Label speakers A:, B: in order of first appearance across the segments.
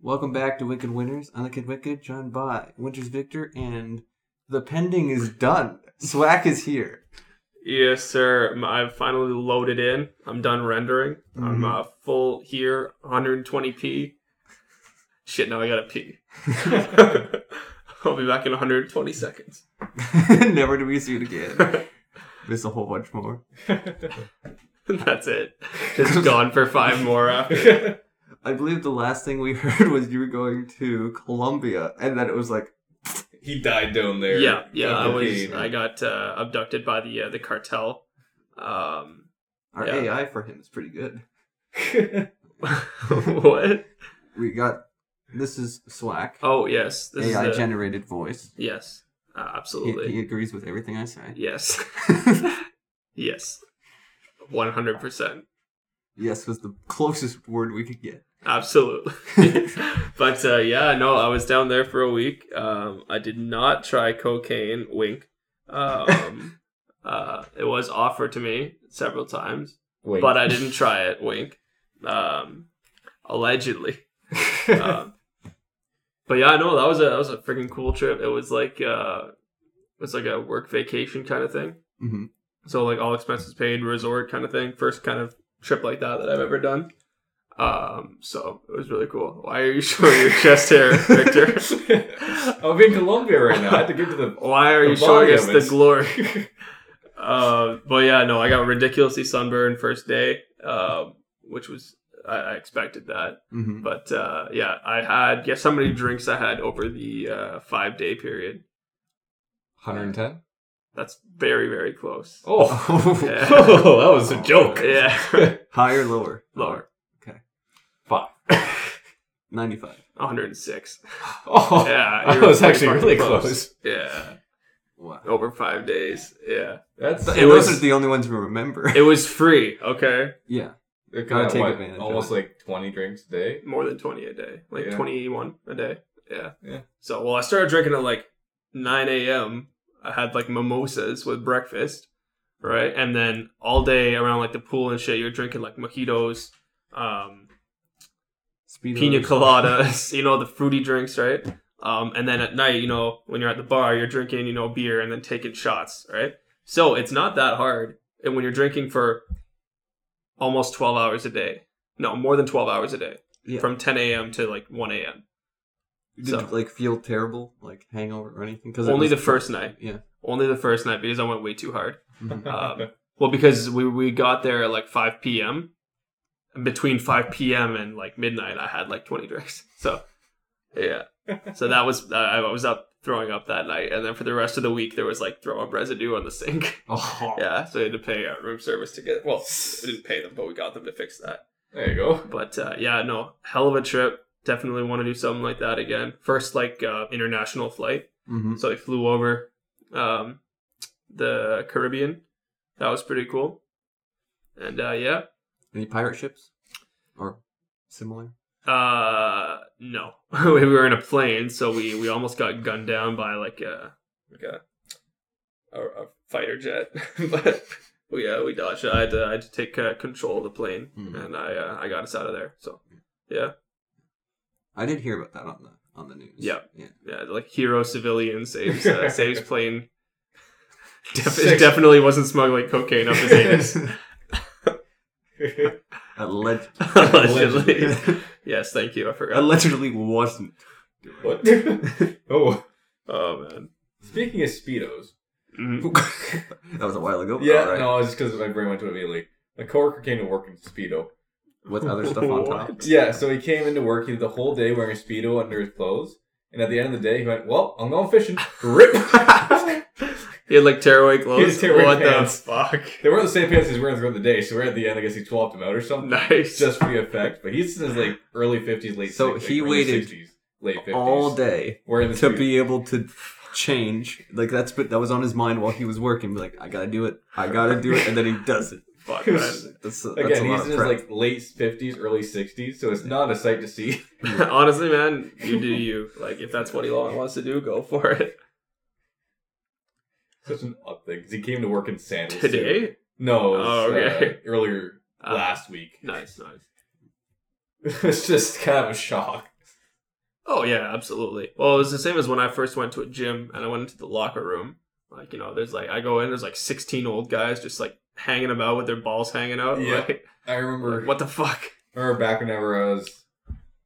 A: Welcome back to Wicked Winners. I'm the Kid Wicked, John Bot, Winters Victor, and the pending is done. Slack is here.
B: Yes, sir. M- I've finally loaded in. I'm done rendering. I'm
A: Mhm.
B: uh, full here, 120p. Shit, now I gotta pee. I'll be back in 120 seconds.
A: Never do we see it again. There's a whole bunch more.
B: That's it. Just gone for five more after.
A: I believe the last thing we heard was you were going to Colombia, and then it was like,
C: He died down there.
B: Yeah, yeah. I
C: Fucking
B: was.
C: pain.
B: I got uh, abducted by the uh, the cartel. Um,
A: our
B: Yeah.
A: AI for him is pretty good.
B: what?
A: We got this is Slack,
B: Oh yes, this
A: AI
B: is the,
A: generated voice.
B: yes, uh,
A: He,
B: absolutely.
A: he agrees with everything I say.
B: Yes. yes. 100%.
A: Yes was the closest word we could get.
B: Absolutely. but uh, yeah, no, I was down there for a week. Um, I did not try cocaine, wink. Um, uh, it was offered to me several times,
C: Wait.
B: but I didn't try it, wink. Um, allegedly. Um, but yeah, no, that was a that was a freaking cool trip. It was like uh, it was like a work vacation kind of thing.
A: hmm
B: So like all expenses paid, resort kind of thing. First kind of trip like that that I've ever done. Um, so it was really cool. Why are you showing your chest hair, Victor?
C: I'll be in Colombia right now. I had to get to the.
B: Why are
C: The
B: you showing
C: volume
B: us the
C: is-
B: glory? uh, but yeah, no, I got ridiculously sunburned first day, um, which was I, I expected that.
A: hmm
B: But uh, yeah, I had yeah so many drinks I had over the uh, five day period.
C: 110.
B: That's very very close.
C: Oh.
A: mm-hmm.
B: Yeah.
C: Oh, that was a joke.
B: Yeah,
A: High or lower?
B: lower,
C: Five.
A: 95.
B: 106.
C: Oh,
B: Yeah,
C: I
B: you're
C: was
B: pretty
C: actually
B: fucking
C: really
B: close.
C: close.
B: Yeah,
A: Wow.
B: over five days. Yeah,
C: That's
A: And
C: it
A: those
C: was
A: are the only ones we remember.
B: it was free. Okay,
A: yeah.
C: it
A: gotta
C: got,
A: take
C: what,
A: advantage of
C: Almost
A: it.
C: like 20 drinks a day.
B: more than twenty a day, like
C: Yeah.
B: twenty-one a day. Yeah,
C: Yeah.
B: So, well, I started drinking at like nine a.m. I had like mimosas with breakfast, right, and then all day around like the pool and shit, you're drinking like mojitos, um,
A: Speed
B: pina coladas, you know, the fruity drinks, right? Um, and then at night, you know, when you're at the bar, you're drinking, you know, beer and then taking shots, right? So it's not that hard. And when you're drinking for almost 12 hours a day, no, more than 12 hours a day,
A: Yeah.
B: from 10 a.m. to like 1 a.m.
A: Did you, like feel terrible, like hangover or anything? Because
B: Only the first night.
A: Yeah.
B: Only the first night because I went way too hard.
A: Mhm.
B: Um, well, because we, we got there at like 5 p.m. And between 5 p.m. and like midnight, I had like 20 drinks. So, yeah. So that was, I I was up throwing up that night. And then for the rest of the week, there was like throw up residue on the sink.
C: Oh,
B: Yeah. So we had to pay uh, room service to get, well, we didn't pay them, but we got them to fix that.
C: there you go.
B: But uh, yeah, no, hell of a trip. Definitely want to do something like that again. First, like uh, international flight.
A: Mhm.
B: So I flew over um, the Caribbean. That was pretty cool. And uh, yeah,
A: Any pirate ships or similar?
B: uh, no, we were in a plane, so we, we almost got gunned down by like a like a, a, a fighter jet, but we uh, we dodged. it. I had to, I had to take uh, control of the plane,
A: Hmm.
B: and I uh, I got us out of there. So
A: I did hear about that on the on the news.
B: Yeah.
A: Yeah.
B: yeah, like hero civilian saves uh, saves plane. Def-
C: Sick.
B: definitely wasn't smuggling cocaine up his anus.
A: Alleg-
B: Allegedly. yes, thank you. I
C: Um,
B: forgot.
A: allegedly wasn't.
C: what? oh,
B: oh man.
C: speaking of speedos. mm-hmm.
B: Mhm.
A: that was a while ago. but
C: Yeah,
A: Oh, alright.
C: no, it's just because my brain went to it immediately. My E. coworker came to work in speedo.
A: With other stuff on top.
B: What?
C: Yeah, so he came into work he, the whole day wearing a speedo under his clothes, and at the end of the day, he went, "Well, I'm going fishing." Rip.
B: he had like tearaway clothes.
C: He had tearaway
B: what
C: pants.
B: the fuck?
C: they weren't the same pants he's wearing throughout the day, so we're at the end. I guess he swapped them out or something,
B: Nice.
C: just for the effect. But he's in his like early fifties, late
A: So
C: six- like,
A: he
C: early
A: waited
C: 60s, late 50s,
A: All day
C: wearing the
A: to
C: speedo.
A: be able to change. Like that's but that was on his mind while he was working. Be Like I gotta do it. I gotta do it, and then he does it.
B: fuck, man.
A: That's, that's a lot
C: Again, he's in
A: of
C: his
A: prep.
C: like late fifties, early sixties, so it's not a sight to see.
B: Honestly, man, you do you. Like, if that's what he wants to do, go for it.
C: Such an odd thing. 'cause He came to work in sandals too.
B: Today?
C: No, it
B: Oh,
C: was,
B: okay.
C: uh, earlier
B: Ah,
C: last week.
B: Nice, nice.
C: it's just kind of a shock.
B: Oh yeah, absolutely. Well, it was the same as when I first went to a gym and I went into the locker room. Like you know, there's like I go in, there's like 16 old guys just like hanging about with their balls hanging out.
C: Yeah.
B: Like,
C: I remember.
B: like, what the fuck?
C: I remember back whenever I was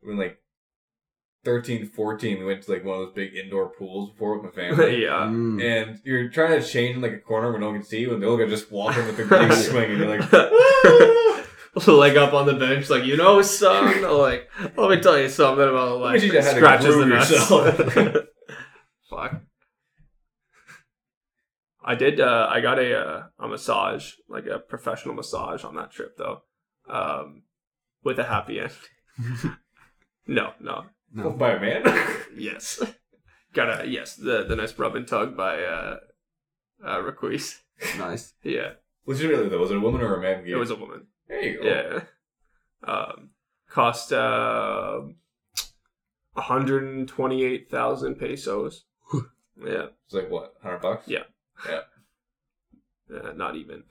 C: when like 13, 14, we went to like one of those big indoor pools before with my family.
B: uh, yeah.
A: Mm.
C: And you're trying to change in like a corner where no one can see you, and the old guy just walking with the big swing, and you're like,
B: Leg up on the bench, like you know, son. Like let me tell you something about
C: Let me
B: like
C: teach you how to
B: scratches
C: groove
B: and nuts.
C: yourself.
B: Fuck. I did. Uh, I got a uh, a massage, like a professional massage, on that trip though, um, with a happy end. no, no,
A: No.
C: by a man.
B: yes, got a yes. The the nice rub and tug by uh, uh Requise.
A: Nice.
B: Yeah,
C: Legitimately though, was it a woman or a man? who
B: it
C: gave
B: was a woman.
C: There you go.
B: Yeah. Um, cost uh, 128,000 pesos. yeah.
C: It's like what, hundred bucks?
B: Yeah. Uh, not even.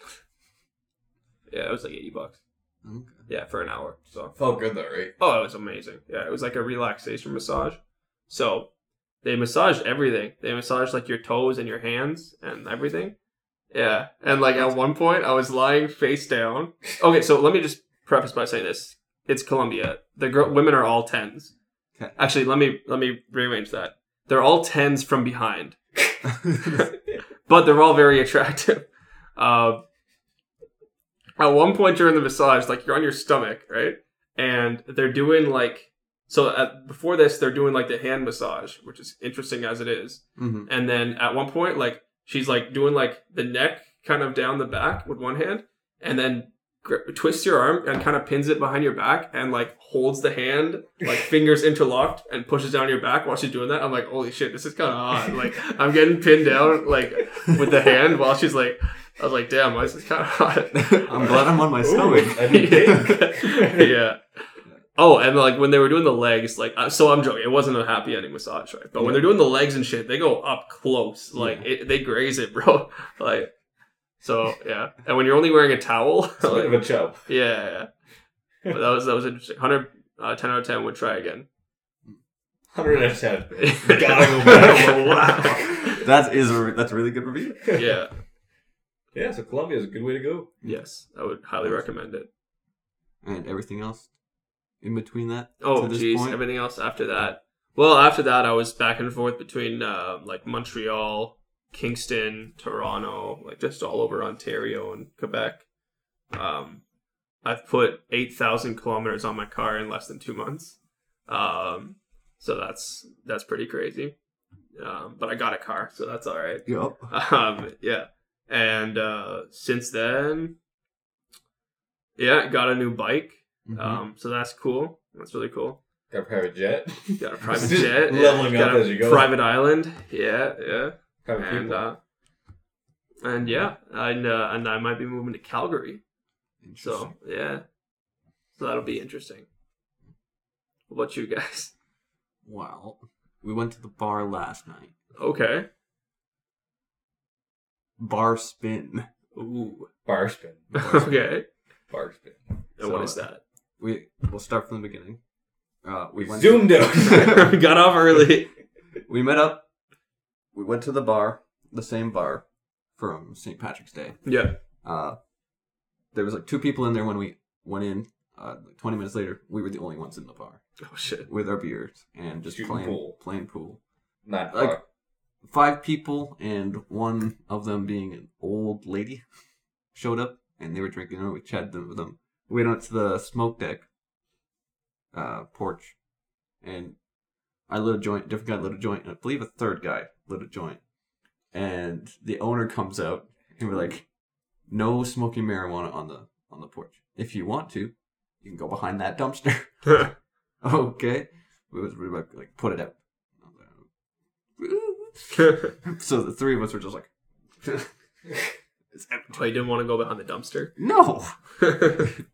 B: Yeah, it was like 80 bucks.
A: Okay.
B: Yeah, for an hour. So,
C: Felt good though, right?
B: oh, it was amazing. Yeah, it was like a relaxation massage. So, they massaged everything. They massaged like your toes and your hands and everything. Yeah. And like at one point, I was lying face down Okay, so let me just preface by saying this: it's Colombia. The girl, women are all tens.
A: Okay.
B: Actually, let me let me rearrange that. They're all tens from behind, but they're all very attractive. Uh, at one point during the massage, like you're on your stomach, right? And they're doing like so. At, before this, they're doing like the hand massage, which is interesting as it is.
A: hmm
B: And then at one point, like she's like doing like the neck kind of down the back with one hand, and then gri- twists your arm and kind of pins it behind your back, and like holds the hand like fingers interlocked and pushes down your back while she's doing that. I'm like, holy shit, this is kind of odd. Like I'm getting pinned down like with the hand while she's like, I was like, damn, this is kind of hot.
A: I'm glad I'm on my stomach.
C: I didn't think.
B: yeah. Oh, and like when they were doing the legs, like uh, so I'm joking. It wasn't a happy ending massage, right? But when they're doing the legs and shit, they go up close, like it, they graze it, bro. Like so, yeah. And when you're only wearing a towel,
C: It's a bit
B: like,
C: of a chub.
B: yeah, yeah. But that was that was interesting. 100, uh, 10 out of ten. Would try again.
C: Hundred out of ten.
B: Gotta
C: go back.
A: That is a, that's a really good review.
B: yeah.
C: Yeah, so Colombia is a good way to go.
B: Yes, I would highly recommend it.
A: And everything else in between that.
B: Oh,
A: to this
B: jeez.
A: point?
B: Everything else after that. Well, after that, I was back and forth between uh, like Montreal, Kingston, Toronto, like just all over Ontario and Quebec. Um, I've put eight thousand kilometers on my car in less than two months. Um, so that's that's pretty crazy. Um, but I got a car, so that's all right
A: Yup.
B: um yeah and uh since then yeah got a new bike
A: Mhm.
B: um so that's cool that's really cool
C: Got a private jet.
B: got a private
C: Just
B: jet yeah.
C: leveling
B: got
C: up
B: a
C: as you go.
B: private island yeah yeah
C: Private
B: and
C: people.
B: uh and yeah and uh, and i might be moving to calgary
A: Interesting.
B: so yeah so that'll be interesting what about you guys
A: Well, we went to the bar last night.
B: okay
A: Bar spin.
B: ooh
C: Bar spin. Bar spin.
B: okay
C: Bar spin.
B: and what
A: So-
B: is that
A: We we'll start from the beginning. Uh, we went
C: Zoomed out.
B: got off early
A: we met up. We went to the bar, the same bar from St. Patrick's Day.
B: yeah
A: Uh, there was like two people in there when we went in. Uh, like 20 minutes later, we were the only ones in the bar
B: oh shit
A: with our beers and just
C: Shooting
A: playing
C: pool.
A: playing pool.
C: Not
A: Like-
C: bar.
A: Five people and one of them being an old lady showed up and they were drinking. And we chatted them with them. We went out to the smoke deck uh, porch and I lit a joint. Different guy lit a joint, and I believe a third guy lit a joint. And the owner comes out and we're like, "No smoking marijuana on the on the porch. If you want to, you can go behind that dumpster."
B: Oh,
A: okay. We was we were like put it out. so the three of us were just like, it's empty.
B: Oh, you didn't want to go behind the dumpster?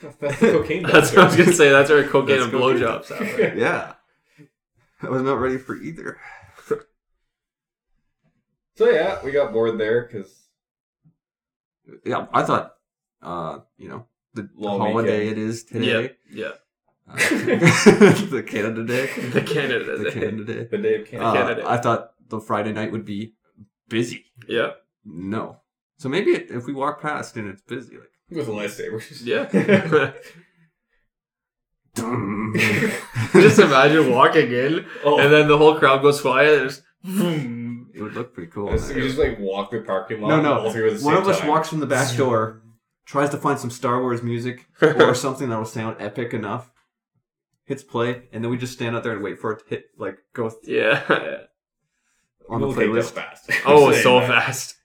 A: No,
B: that's
C: That's the cocaine.
B: what I was
C: doctor.
B: going to say. That's where cocaine
A: That's
B: and
A: cocaine.
B: blowjobs happen.
A: yeah, I was not ready for either.
C: So yeah, we got bored there because
A: Yeah, I thought, uh, you know, the, the
C: Long
A: holiday
C: weekend.
A: it is today.
B: Yeah. Yeah.
A: Uh, the Canada Day.
B: The Canada
A: The
B: Day.
A: Canada Day.
C: The day of
A: Uh,
C: Canada.
B: Canada Day.
A: I thought the Friday night would be busy.
B: Yeah.
A: No. So maybe it, if we walk past and it's busy, like,
C: with lightsabers.
B: Yeah.
A: dum.
B: Just imagine walking in
C: oh,
B: and then the whole crowd goes quiet and just vroom.
A: it would look pretty cool.
C: It's- you just like walk the parking lot.
A: No, no.
C: All three at the
A: One
C: same
A: of us
C: time.
A: walks from the back door, tries to find some Star Wars music or something that'll sound epic enough, hits play, and then we just stand out there and wait for it to hit, like, go th-
B: yeah.
A: on
C: We'll
A: the
C: take this
A: playlist.
C: fast.
B: Oh,
C: Same,
B: so
C: man.
B: fast.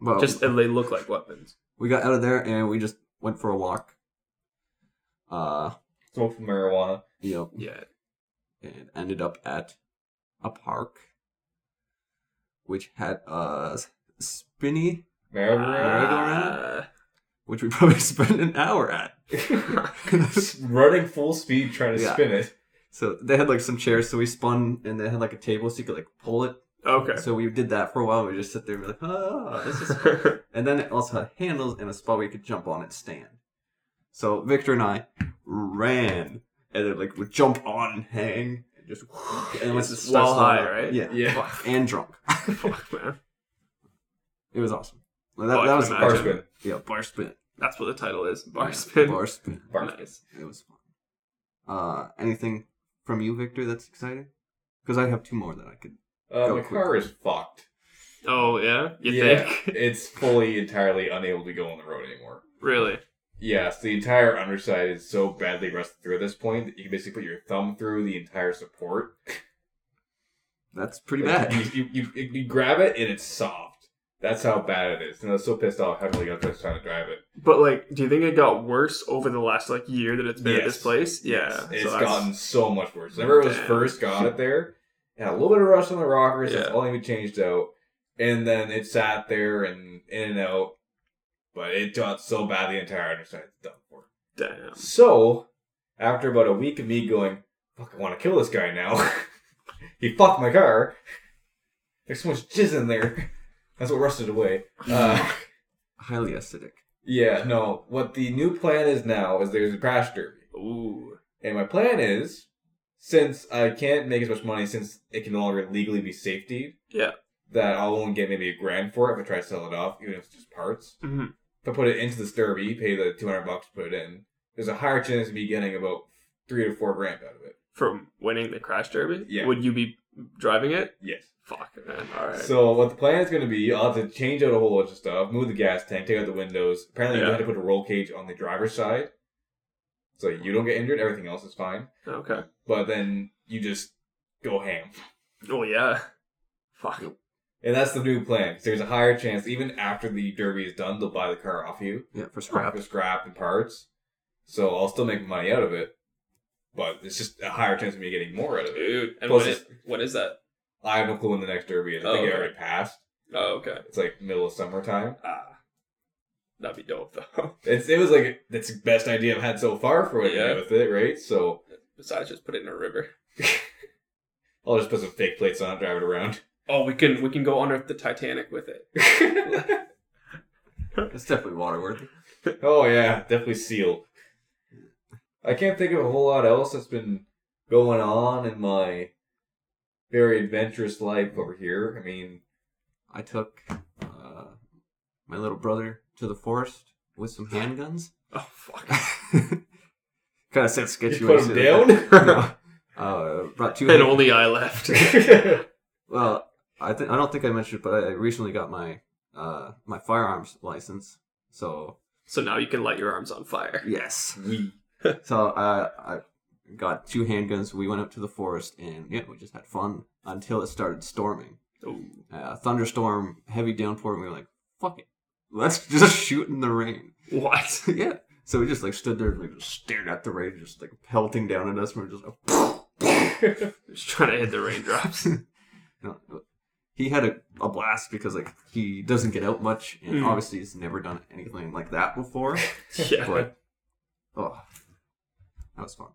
A: Well,
B: Just and they look like weapons.
A: we got out of there and we just went for a walk. Uh,
C: Smoke from marijuana.
A: yep.
B: Yeah.
A: and ended up at a park which had a spinny
C: Marijuana.
A: Merry-go-round? which we probably spent an hour at
B: Uh,
C: Running full speed trying to
A: Yeah.
C: spin it.
A: so they had like some chairs so we spun and they had like a table so you could like pull it
B: Uh, okay.
A: so we did that for a while we just sit there and be like oh this is and then it also had handles and a spot where you could jump on and stand so victor and i ran and then like would jump on and hang and just and once it
B: It's
A: starts
B: well high,
A: slowing
B: right?
A: yeah,
C: Yeah.
A: Fuck. and drunk
B: Fuck, man.
A: it was awesome Well, that,
B: Oh, I
A: that
B: can
A: was the
B: imagine.
C: Bar
A: first
C: spin.
A: Yeah, bar spin.
B: That's what the title is. Bar
A: Yeah,
B: spin.
A: Bar spin.
C: Bar spin.
B: Nice.
A: It was fun. Uh, anything from you, Victor? That's exciting. Because I have two more that I could.
C: Uh,
A: Go
C: my
A: quick.
C: car is fucked.
B: Oh yeah? You
C: Yeah.
B: think?
C: It's fully entirely unable to go on the road anymore.
B: really?
C: Yes, the entire underside is so badly rusted through at this point that you can basically put your thumb through the entire support.
A: That's pretty
C: Like,
A: bad.
C: You, you, you, you grab it and it's soft. That's how bad it is. And I was so pissed off having to go to trying to drive it.
B: But like, do you think it got worse over the last like year that it's been at
C: Yes.
B: this place? Yeah.
C: Yes,
B: so
C: it's
B: that's-
C: gotten so much worse. Remember, it was
B: Damn.
C: first got it there, and a little bit of rust on the rockers. That's
B: Yeah.
C: all we changed out, and then it sat there and in and out. But it got so bad the entire underside it's done for.
B: Damn.
C: So, after about a week of me going, "Fuck, I want to kill this guy now," he fucked my car. There's so much jizz in there. That's what rusted away. Uh,
A: Highly acidic.
C: yeah, no. What the new plan is now is there's a crash derby.
B: Ooh.
C: And my plan is, since I can't make as much money since it can no longer legally be safety,
B: Yeah.
C: that I'll only get maybe a grand for it if I try to sell it off, even if it's just parts.
B: Mhm.
C: If I put it into this derby, pay the two hundred bucks to put it in, there's a higher chance of me getting about three to four grand out of it.
B: From winning the crash derby?
C: Yeah.
B: Would you be driving it?
C: Yes.
B: Fuck man. Alright.
C: So what the plan is going to be, I'll have to change out a whole bunch of stuff, move the gas tank, take out the windows. Apparently, you
B: Yeah.
C: don't have to put a roll cage on the driver's side, so you don't get injured. Everything else is fine.
B: okay.
C: But then you just go ham.
B: Oh yeah. Fuck.
C: And that's the new plan. 'cause There's a higher chance, even after the derby is done, they'll buy the car off you
A: Yeah, for scrap.
C: for scrap and parts. So I'll still make money out of it, but it's just a higher chance of me getting more out of it.
B: Dude. And
C: Plus
B: what is
C: it's-
B: what is that?
C: I have no clue when the next derby is. I
B: Oh,
C: think it
B: okay.
C: already passed.
B: Oh okay.
C: It's like middle of summertime.
B: Ah. That'd be dope though.
C: It's it was like that's the best idea I've had so far for what to
B: Yeah.
C: do with it, right? So
B: Besides just put it in a river.
C: I'll just put some fake plates on it, drive it around.
B: Oh, we can we can go unearth the Titanic with it.
A: It's definitely waterworthy.
C: oh yeah, definitely seal. I can't think of a whole lot else that's been going on in my very adventurous life over here. I mean,
A: I took uh, my little brother to the forest with some handguns.
B: Oh fuck.
A: kind of sounds sketchy.
C: you
A: when
C: put
A: say
C: him
A: it like
C: down.
A: that. No. Uh, brought two.
B: and
A: hand-
B: only I left.
A: Well, I think I don't think I mentioned, it, but I recently got my uh, my firearms license. So
B: so now you can light your arms on fire.
A: yes.
C: we
A: So uh, I got two handguns. We went up to the forest, and yeah, we just had fun until it started storming.
B: Ooh.
A: Uh, thunderstorm, heavy downpour, and we were like, "Fuck it, let's just shoot in the rain."
B: What?
A: yeah. So we just like stood there and like just stared at the rain, just like pelting down at us. And we are just oh, like,
B: Just trying to hit the raindrops.
A: no. uh, He had a, a blast because like he doesn't get out much, and
B: Mm.
A: obviously he's never done anything like that before.
B: yeah.
A: But oh, that was fun.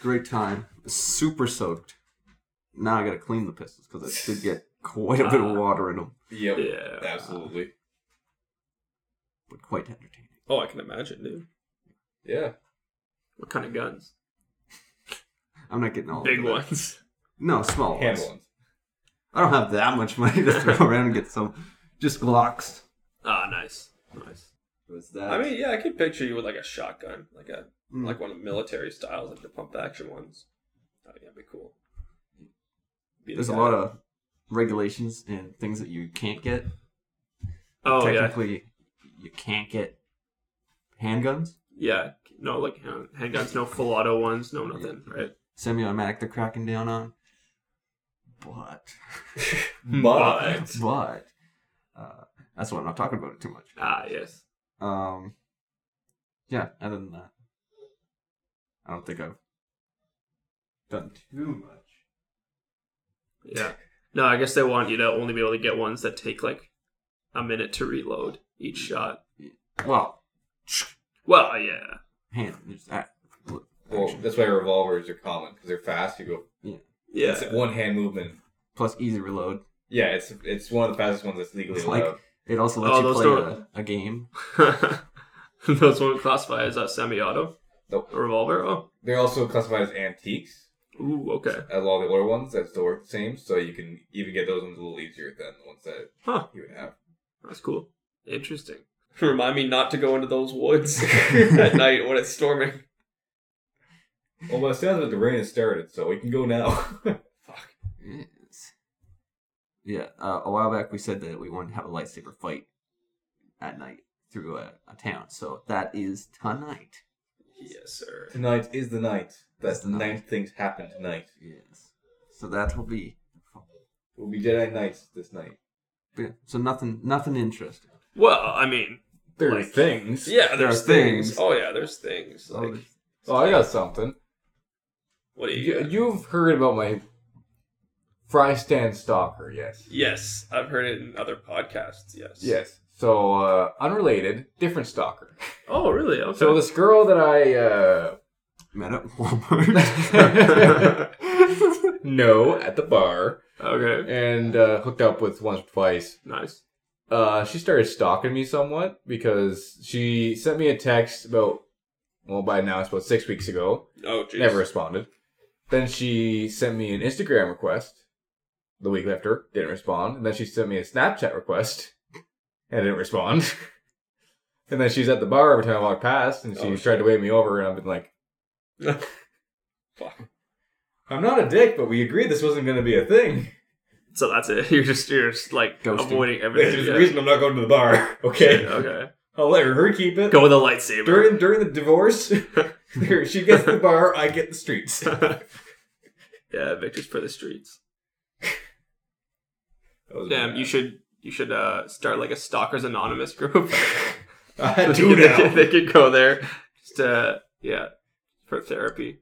A: Great time. Super soaked. Now I gotta clean the pistols because I did get quite a bit
B: Uh.
A: of water in them,
C: yep,
B: Yeah.
C: absolutely,
A: but quite entertaining.
B: Oh, I can imagine, dude.
C: yeah.
B: What kind of guns?
A: I'm not getting all
C: Oh,
B: Big
A: into that.
B: ones.
A: No, small
C: Hand
A: ones.
C: ones.
A: I don't have that much money to throw around and get some. Just Glocks.
B: Ah, nice, nice.
A: Was that?
B: I mean, yeah, I could picture you with like a shotgun, like a
A: Mm.
B: like one of the military styles, like the pump action ones. Oh, yeah, that'd be cool. Be the
A: there's a
B: guy.
A: lot of regulations and things that you can't get.
B: oh yeah,
A: Technically, you can't get handguns,
B: yeah. No, like you know, handguns, no full auto ones, no nothing, right?
A: semi-automatic. They're cracking down on. But,
C: But
A: but, uh, that's why I'm not talking about it too much.
B: ah, yes.
A: Um, yeah. Other than that, I don't think I've done too much.
B: Yeah. No, I guess they want you to only be able to get ones that take like a minute to reload each shot.
A: Well,
B: Well, yeah.
A: hand. There's that. Look,
C: well,
A: action.
C: that's why revolvers are common because they're fast. You go.
B: Yeah.
C: It's one hand movement.
A: Plus easy reload.
C: Yeah, it's it's one of the fastest ones that's legally
A: It's like-
C: allowed.
A: It also
B: Oh,
A: lets you
B: those
A: play
B: don't-
A: a, a game.
B: Those won't classify as a semi auto
C: Nope.
B: a revolver. Oh.
C: They're also classified as antiques.
B: Ooh, okay.
C: A lot of the older ones that still work the same, so you can even get those ones a little easier than the ones that
B: Huh.
C: you would have.
B: That's cool. Interesting. Remind me not to go into those woods at night when it's storming.
C: Well, but it sounds like the rain has started, so we can go now.
B: Fuck.
A: Yes. Yeah. Uh, a while back, we said that we wanted to have a lightsaber fight at night through a, a town. So that is tonight.
B: Yes, sir.
C: tonight is the night. That's
A: That's
C: the
A: the night.
C: ninth things happen tonight.
A: Yes. So that will be.
C: We'll be Jedi Knights this night.
A: Yeah. So nothing. Nothing interesting.
B: Well, I mean,
C: There
B: are Like-
C: things.
B: yeah,
A: There are
B: there's things.
A: things.
B: Oh, yeah, there's things.
A: So
B: Like,
A: there's-
D: Oh, I got something.
B: what do you
D: You,
B: got?
D: you've heard about my fry stand stalker, yes.
B: Yes, I've heard it in other podcasts. Yes.
D: Yes. So, uh, unrelated, different stalker.
B: Oh, really? Okay.
D: So this girl that I uh,
A: met at Walmart.
C: uh,
D: know at the bar
B: okay.
D: and uh, hooked up with once or twice,
B: Nice.
D: uh, she started stalking me somewhat because she sent me a text about, well, by now it's about six weeks ago.
B: Oh, jeez.
D: Never responded. Then she sent me an Instagram request the week after. Didn't respond. And then she sent me a Snapchat request and didn't respond. and then she's at the bar every time I walk past and she
B: Oh, shit.
D: tried to wave me over and I've been like,
B: Fuck.
C: I'm not a dick, but we agreed this wasn't going to be a thing.
B: So that's it. You're just you're just like
A: Ghosting.
B: avoiding everything.
C: There's
B: Yeah.
C: a reason I'm not going to the bar. Okay,
B: okay.
C: I'll let her keep it.
B: Go with a lightsaber.
C: during during the divorce, there- she gets the bar, I get the streets. That
B: yeah, Victor's for the streets.
C: was
B: Damn,
C: bad.
B: you should you should uh, start like a stalkers anonymous group.
C: I had
B: they,
C: to
B: could,
C: now.
B: they could go there. Just uh, yeah, for therapy.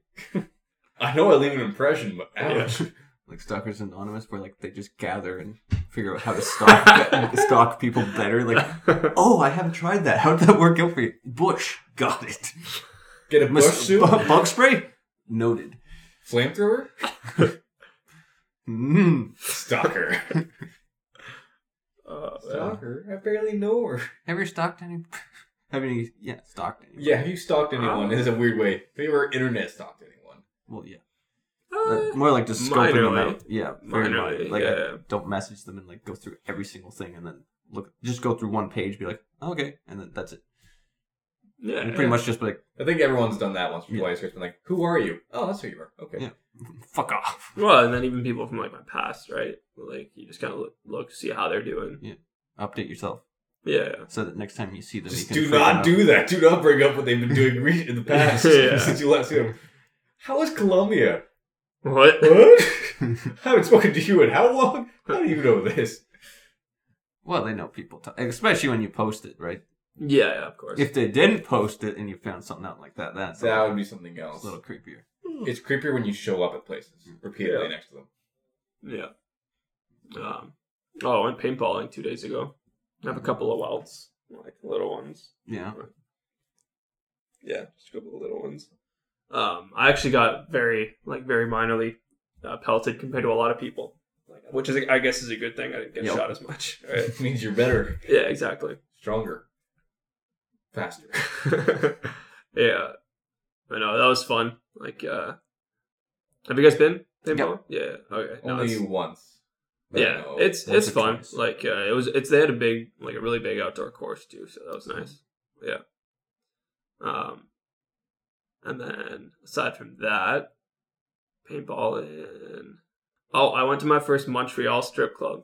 C: I know I leave an impression, but ouch.
A: like Stalkers Anonymous, where like they just gather and figure out how to stalk stalk people better. Like, oh, I haven't tried that. How did that work out for you? Bush, got it.
C: Get a bush
A: Mus-
C: suit,
A: bu- bug spray, noted.
C: flamethrower,
A: Mm.
C: stalker,
B: Oh, man.
C: stalker. I barely know her.
A: Have you stalked any? Have any? Yeah, stalked any?
C: Yeah, have you stalked anyone? This is a weird way. Have you ever internet stalked anyone?
A: Well, yeah. But
B: Uh,
A: more like just scoping them
B: minorly.
A: out. Yeah, very
B: Minorly,
A: minor. Like
B: yeah.
A: I don't message them and like go through every single thing and then look. Just go through one page, be like, okay, and then that's it.
B: yeah,
A: And pretty much just be like,
C: I think everyone's done that once or
A: Yeah.
C: twice. Where it's been like, "Who are you? Oh, that's who you are. Okay,
A: Yeah. fuck off.
B: Well, and then even people from like my past, right? Like you just kind of look, look see how they're doing.
A: Update yourself
B: Yeah.
A: so that next time you see them,
C: just
A: you can
C: do
A: freak
C: not
A: out.
C: do that. Do not bring up what they've been doing re- in the past
B: Yeah.
C: since you last see them. How is Colombia?
B: What?
C: What? I haven't spoken to you in how long? How do you know this?
A: Well, they know people, t- especially when you post it, right?
B: Yeah, yeah, of course.
A: If they didn't post it and you found something out like that, that's
C: That
A: a,
C: would be something
A: little,
C: else.
A: a little creepier.
C: It's creepier when you show up at places repeatedly
B: Yeah.
C: next to them.
B: Yeah. Um, oh, I went paintballing two days ago. I have a couple of welts, like little ones.
A: Yeah,
B: Yeah, just a couple of little ones. Um, I actually got very, like, very minorly uh, pelted compared to a lot of people, like, which is, I guess, is a good thing. I didn't get
A: Yep.
B: shot as much. Right?
C: It means you're better,
B: yeah, exactly.
C: stronger, faster.
B: yeah. But no, that was fun. Like, uh, have you guys been?
A: Yeah.
B: Paintball? Yeah. Okay. No,
C: Only
B: it's-
C: once. that I
B: yeah,
C: know of.
B: it's
A: once
B: it's
A: or
B: fun.
A: twice.
B: Like uh, it was, it's they had a big, like a really big outdoor course too, so that was nice. Yeah. Um, and then aside from that, paintball and oh, I went to my first Montreal strip club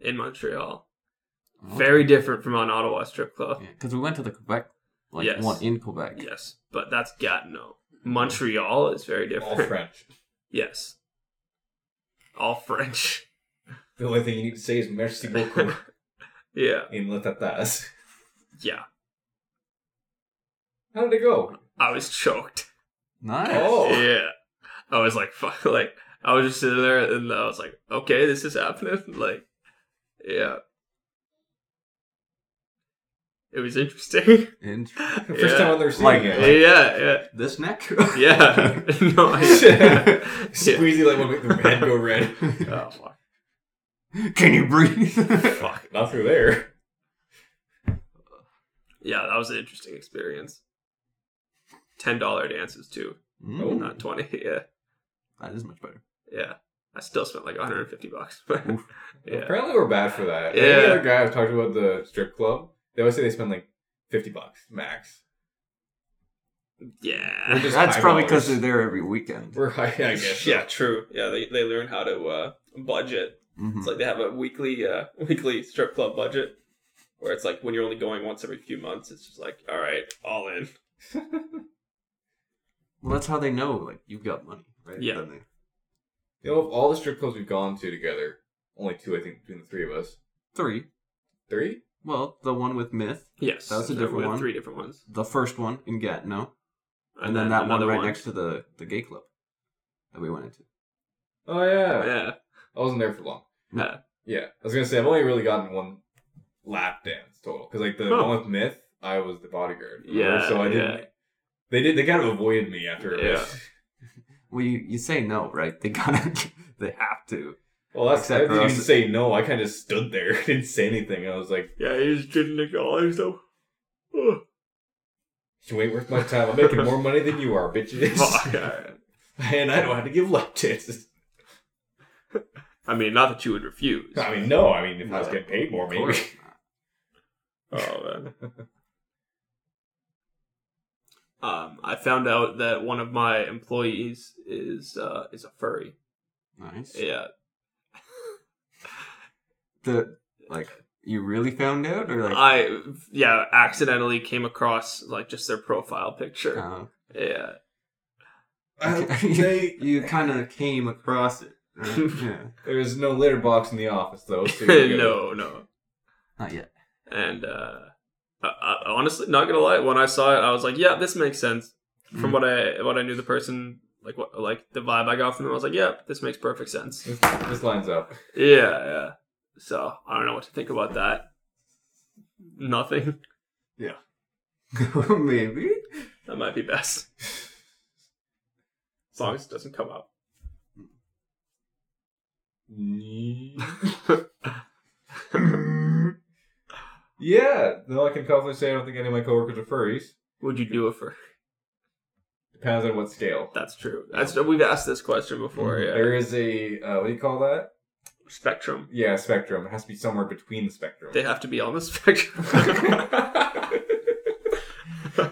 B: in Montreal. Very different from an Ottawa strip club.
A: Because we went to the Quebec, like
B: Yes.
A: one in Quebec.
B: Yes, but that's Gatineau. Montreal is very
C: all
B: different.
C: French.
B: Yes. All French.
C: The only thing you need to say is merci beaucoup
B: yeah.
C: in Le Tatas.
B: Yeah.
C: How did it go?
B: I was choked.
A: Nice.
C: Oh.
B: Yeah. I was like, fuck, like, I was just sitting there and I was like, okay, this is happening. Like, yeah. It was interesting.
A: And
C: First
B: Yeah.
C: time on their seeing
A: Like-
C: it. Like,
B: yeah,
A: this neck.
B: yeah, yeah. no, I- yeah.
C: Squeezy like will make their head go red.
B: Oh, fuck.
A: Can you breathe?
B: fuck.
C: Not through there.
B: Yeah, that was an interesting experience. $10 dances too,
A: Mm,
B: not 20 Yeah.
A: that is much better.
B: Yeah. I still spent like 150 bucks. but-
A: Oof.
B: yeah.
C: Apparently we're bad for that.
B: Yeah.
C: Any other guy I've talked about the strip club, they always say they spend like fifty bucks max.
B: Yeah.
C: Just
A: That's
C: five
A: probably because they're
C: dollars.
A: there every weekend.
C: We're high, I guess.
B: Yeah, true. Yeah, they, they learn how to uh, budget
A: Mhm.
B: It's like they have a weekly uh, weekly strip club budget where it's like when you're only going once every few months, it's just like, all right, all in.
A: Well, that's how they know like you've got money, right?
B: Yeah.
A: Then they-
C: You know, of all the strip clubs we've gone to together, only two I think between the three of us.
A: three.
C: Three?
A: Well, the one with Myth,
B: Yes.
A: That was a
B: So
A: different
B: we had
A: one.
B: Three different ones.
A: the first one in Gatineau, and, then, that one
B: another
A: right next to the the gay club that we went into.
C: Oh yeah.
B: Yeah.
C: I wasn't there for long.
B: No.
C: Yeah, I was gonna say I've only really gotten one lap dance total because like the
B: Huh.
C: one with Myth, I was the bodyguard.
B: Yeah,
C: so I didn't.
B: yeah.
C: They did. They kind of avoided me after. a bit.
B: Yeah.
A: Well, you, you say no, right? They gotta, they have to.
C: Well, that's I
A: Except for
C: didn't
A: us.
C: even say no. I kind of just stood there, didn't say anything. I was like,
B: Yeah, he just didn't acknowledge though.
C: "You ain't worth my time. I'm making more money than you are, bitches,
B: Fuck. alright.
C: and I don't have to give lap dances."
B: I mean, not that you would refuse.
C: I mean, no. I mean, if I was
A: No.
C: getting paid more,
A: Of
C: maybe.
A: course.
B: Oh man. um, I found out that one of my employees is uh, is a furry.
A: Nice.
B: Yeah.
A: The like you really found out, or like
B: I yeah accidentally came across like just their profile picture.
A: uh,
B: Yeah,
C: I-
A: you,
C: they,
A: kind of came across it. right? yeah.
C: there was no litter box in the office, though. So you're good.
B: no, no,
A: Not yet.
B: and uh, I, I, honestly, not gonna lie, when I saw it, I was like, yeah, this makes sense.
A: Mm.
B: From what I what I knew the person like what like the vibe I got from them, I was like, yeah, this makes perfect sense.
C: This, this lines up.
B: Yeah, yeah. So I don't know what to think about that. Nothing.
A: Oh, Maybe.
B: That might be best. As long as it doesn't come up.
C: Yeah, no, I can confidently say I don't think any of my coworkers are furries.
B: Would you do it for?
C: Depends on what scale.
B: That's true. That's we've asked this question before.
A: Mm-hmm.
B: Yeah.
C: There is a uh, what do you call that?
B: Spectrum.
C: Yeah, spectrum. It has to be somewhere between the spectrum.
B: They have to be on the spectrum.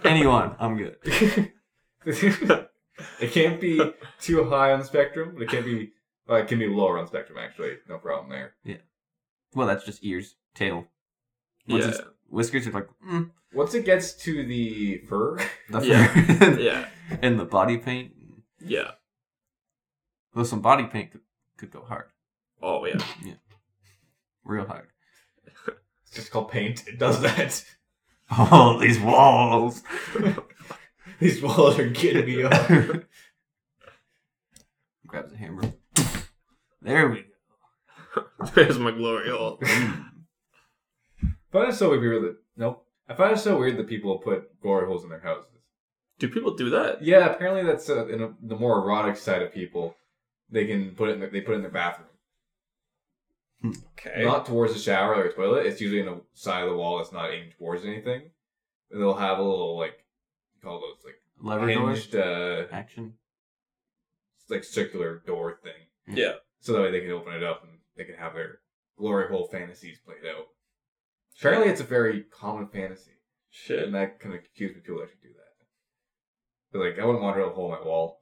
A: Anyone, I'm good.
C: it can't be too high on the spectrum, but it can't be. Uh, it can be lower on the spectrum. Actually, no problem there.
A: Well, that's just ears, tail. Once
B: yeah.
A: it's whiskers, you're like, mm,
C: Once it gets to the fur,
A: the
B: Yeah.
A: fur-
B: Yeah.
A: and the body paint.
B: Yeah.
A: Though some body paint could, could go hard,
B: Oh yeah.
A: real hard.
C: it's just called paint. It does that.
A: Oh, these walls.
C: These walls are getting me up.
A: Grabs a hammer. There we Mm.
B: There's my glory hole.
C: I find it so weird that nope. I find it so weird that people put glory holes in their houses.
B: Do people do that?
C: Yeah, apparently that's uh in a, the more erotic side of people. They can put it. In their, they put it in their bathroom,
B: Okay.
C: not towards the shower or toilet. It's usually in the side of the wall. It's not aimed towards anything. And they'll have a little like you call those like
A: lever door
C: hinged, uh,
A: action.
C: like circular door thing.
B: Yeah.
C: So that way they can open it up and they can have their glory hole fantasies played out. Apparently, it's a very common fantasy,
B: Shit.
C: and that kind of confused me. People actually do that. But like, I wouldn't want to drill a hole in my wall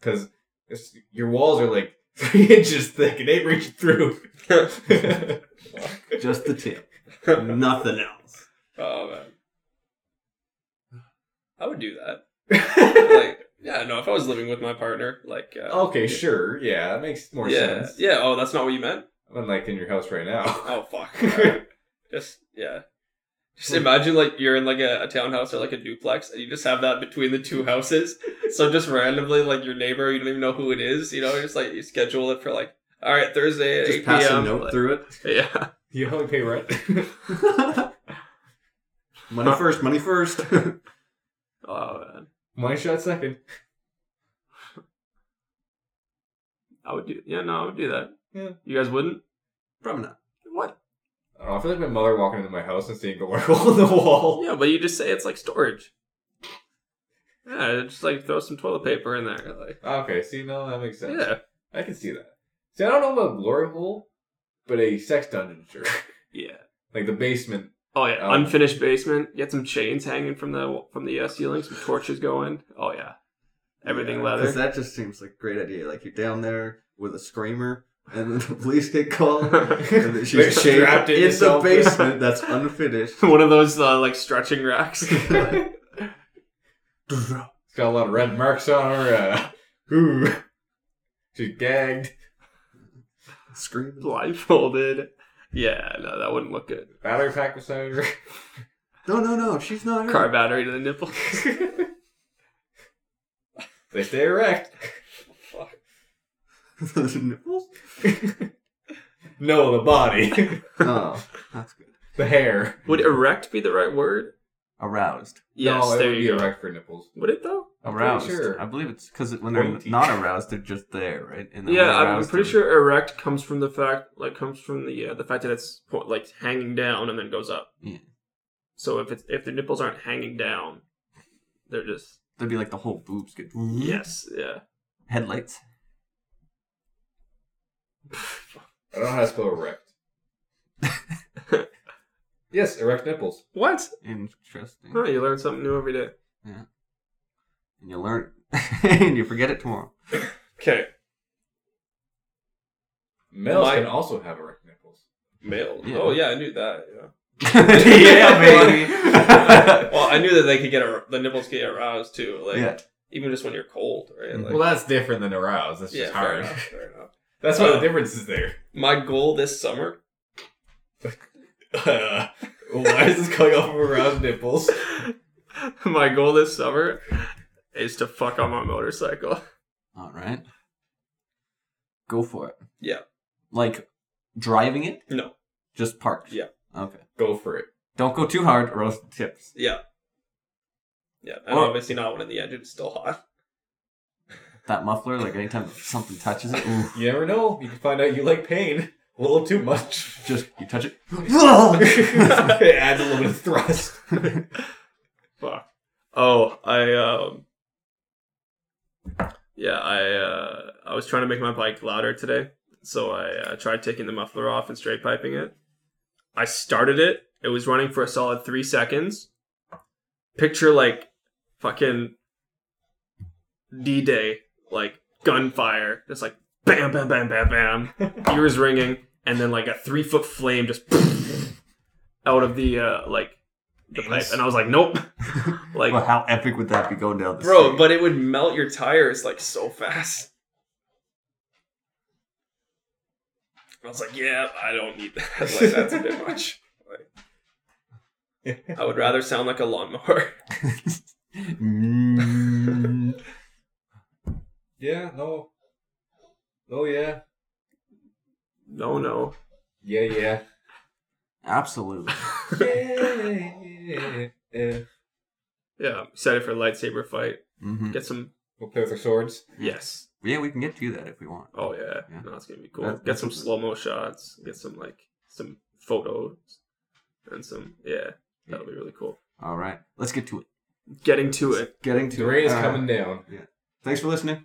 C: because your walls are like three inches thick and they reach through.
A: Just the tip,
B: oh
A: nothing else.
B: man. Oh, I would do that. like, yeah, no. If I was living with my partner, like, uh,
C: okay, sure, yeah, that makes more
B: yeah,
C: sense.
B: yeah. Oh, that's not what you meant.
C: I'm like in your house right now.
B: Oh fuck. Alright. just yeah.
A: Hmm.
B: Just imagine like you're in like a, a townhouse or like a duplex and you just have that between the two houses. So just randomly like your neighbor, you don't even know who it is, you know, you're just like you schedule it for like all right, Thursday at
A: Just
B: 8
A: pass a
B: p.m.
A: note
B: like-
A: through it.
B: Yeah.
C: You only pay rent.
A: Money first, money first.
B: Oh man.
C: My shot second.
B: I would do yeah, no, I would do that.
C: Yeah.
B: You guys wouldn't?
A: Probably not.
B: What?
C: I don't know. I feel like my mother walking into my house and seeing glory hole in the wall.
B: Yeah, but you just say it's like storage. Yeah, just like throw some toilet paper in there. Like
C: Okay, see, no, that makes sense.
B: Yeah.
C: I can see that. See, I don't know about glory hole, but a sex dungeon, sure.
B: Yeah.
C: like the basement.
B: Oh yeah,
C: Oh.
B: unfinished basement. Get some chains hanging from the from the uh, ceiling. Some torches going. Oh yeah, everything
A: Yeah,
B: leather.
A: that just seems like a great idea. Like you're down there with a screamer, and then the police get called, and then
C: They're
A: she's chained
C: strapped in
A: in the
C: yourself.
A: basement that's unfinished.
B: One of those uh, like stretching racks. yeah,
C: It's got a lot of red marks on her. Uh, ooh. She's gagged.
A: Screaming.
B: blindfolded. Yeah, no, that wouldn't look good.
C: Battery pack beside her.
A: No, no, no. She's not. Her.
B: Car battery to the nipple.
C: they stay erect.
A: The nipples.
C: No, the body.
A: Oh, that's good.
C: the hair.
B: Would erect be the right word?
A: Aroused.
B: Yes,
C: no, it
B: there
C: would
B: you
C: be
B: go.
C: erect for nipples.
B: Would it though?
C: I'm pretty
A: aroused.
C: sure.
A: I believe it's because when they're
C: Pointy.
A: not aroused, they're just there, right? And then
B: yeah,
A: when
B: I'm
A: aroused,
B: pretty
A: they're-
B: sure erect comes from the fact like comes from the uh, the fact that it's po- like hanging down and then goes up.
A: Yeah.
B: So if it's if the nipples aren't hanging down, they're just
A: That'd be like the whole boobs get.
B: yes, yeah.
A: Headlights.
C: I don't know how to spell erect. yes, erect nipples.
B: What?
A: Interesting.
B: Oh, you learn something new every day.
A: And you learn, and you forget it tomorrow.
B: Okay.
C: Males
B: My-
C: can also have erect nipples.
B: Male.
A: Yeah.
B: Oh yeah, I knew that. Yeah.
A: yeah, baby.
B: Well, I knew that they could get ar- the nipples could get aroused too. Like
A: yeah. Mm-hmm.
B: even just when you're cold, right? Like,
C: well, that's different than aroused. That's
B: yeah,
C: just
B: fair
C: hard.
B: enough, fair enough.
C: That's why
B: Uh,
C: the difference is there.
B: My goal this summer.
C: Uh, why is this coming off of aroused nipples?
B: my goal this summer is to fuck on my motorcycle.
A: All right. Go for it.
B: Yeah.
A: Like driving it,
B: No.
A: just parked.
B: Yeah.
A: Okay.
C: Go for it.
A: Don't go too hard, or else it tips.
B: Yeah. Yeah, and
A: Well-
B: obviously not when the engine's still hot.
A: That muffler, like anytime something touches it, ooh,
C: You never know. You can find out you like pain a little too much.
A: just you touch it.
C: it adds a little bit of thrust.
B: Fuck. Oh, I um Yeah, I uh I was trying to make my bike louder today. So I uh, tried taking the muffler off and straight piping it. I started it. It was running for a solid 3 seconds. Picture like fucking D-Day, like gunfire. Just like bam bam bam bam bam. Ears ringing and then like a 3-foot flame just out of the uh like the pipe and I was like, "Nope." Like,
A: Well, how epic would that be going down the
B: bro,
A: street?
B: but it would melt your tires like so fast. I was like, "Yeah, I don't need that. Like, that's a bit much." Like, I would rather sound like a lawnmower.
A: Mm.
C: Yeah, no. Oh, yeah.
B: No, no.
C: Yeah, yeah.
A: Absolutely.
C: yeah, yeah, yeah.
B: Yeah, excited for a lightsaber fight.
A: hmm
B: Get some.
C: We'll play with our swords.
B: Yes.
A: Yeah, we can get to that if we want.
B: Oh yeah.
A: Yeah.
B: No, it's gonna be cool.
A: That-
B: get some
A: that's-
B: slow mo shots. Get some like some photos and some yeah. That'll be really cool.
A: All right, let's get to it.
B: getting to it.
A: Getting to
D: The rain
A: it.
D: is
A: Uh,
D: coming down.
A: Uh-huh.
C: Uh,
A: Thanks for listening.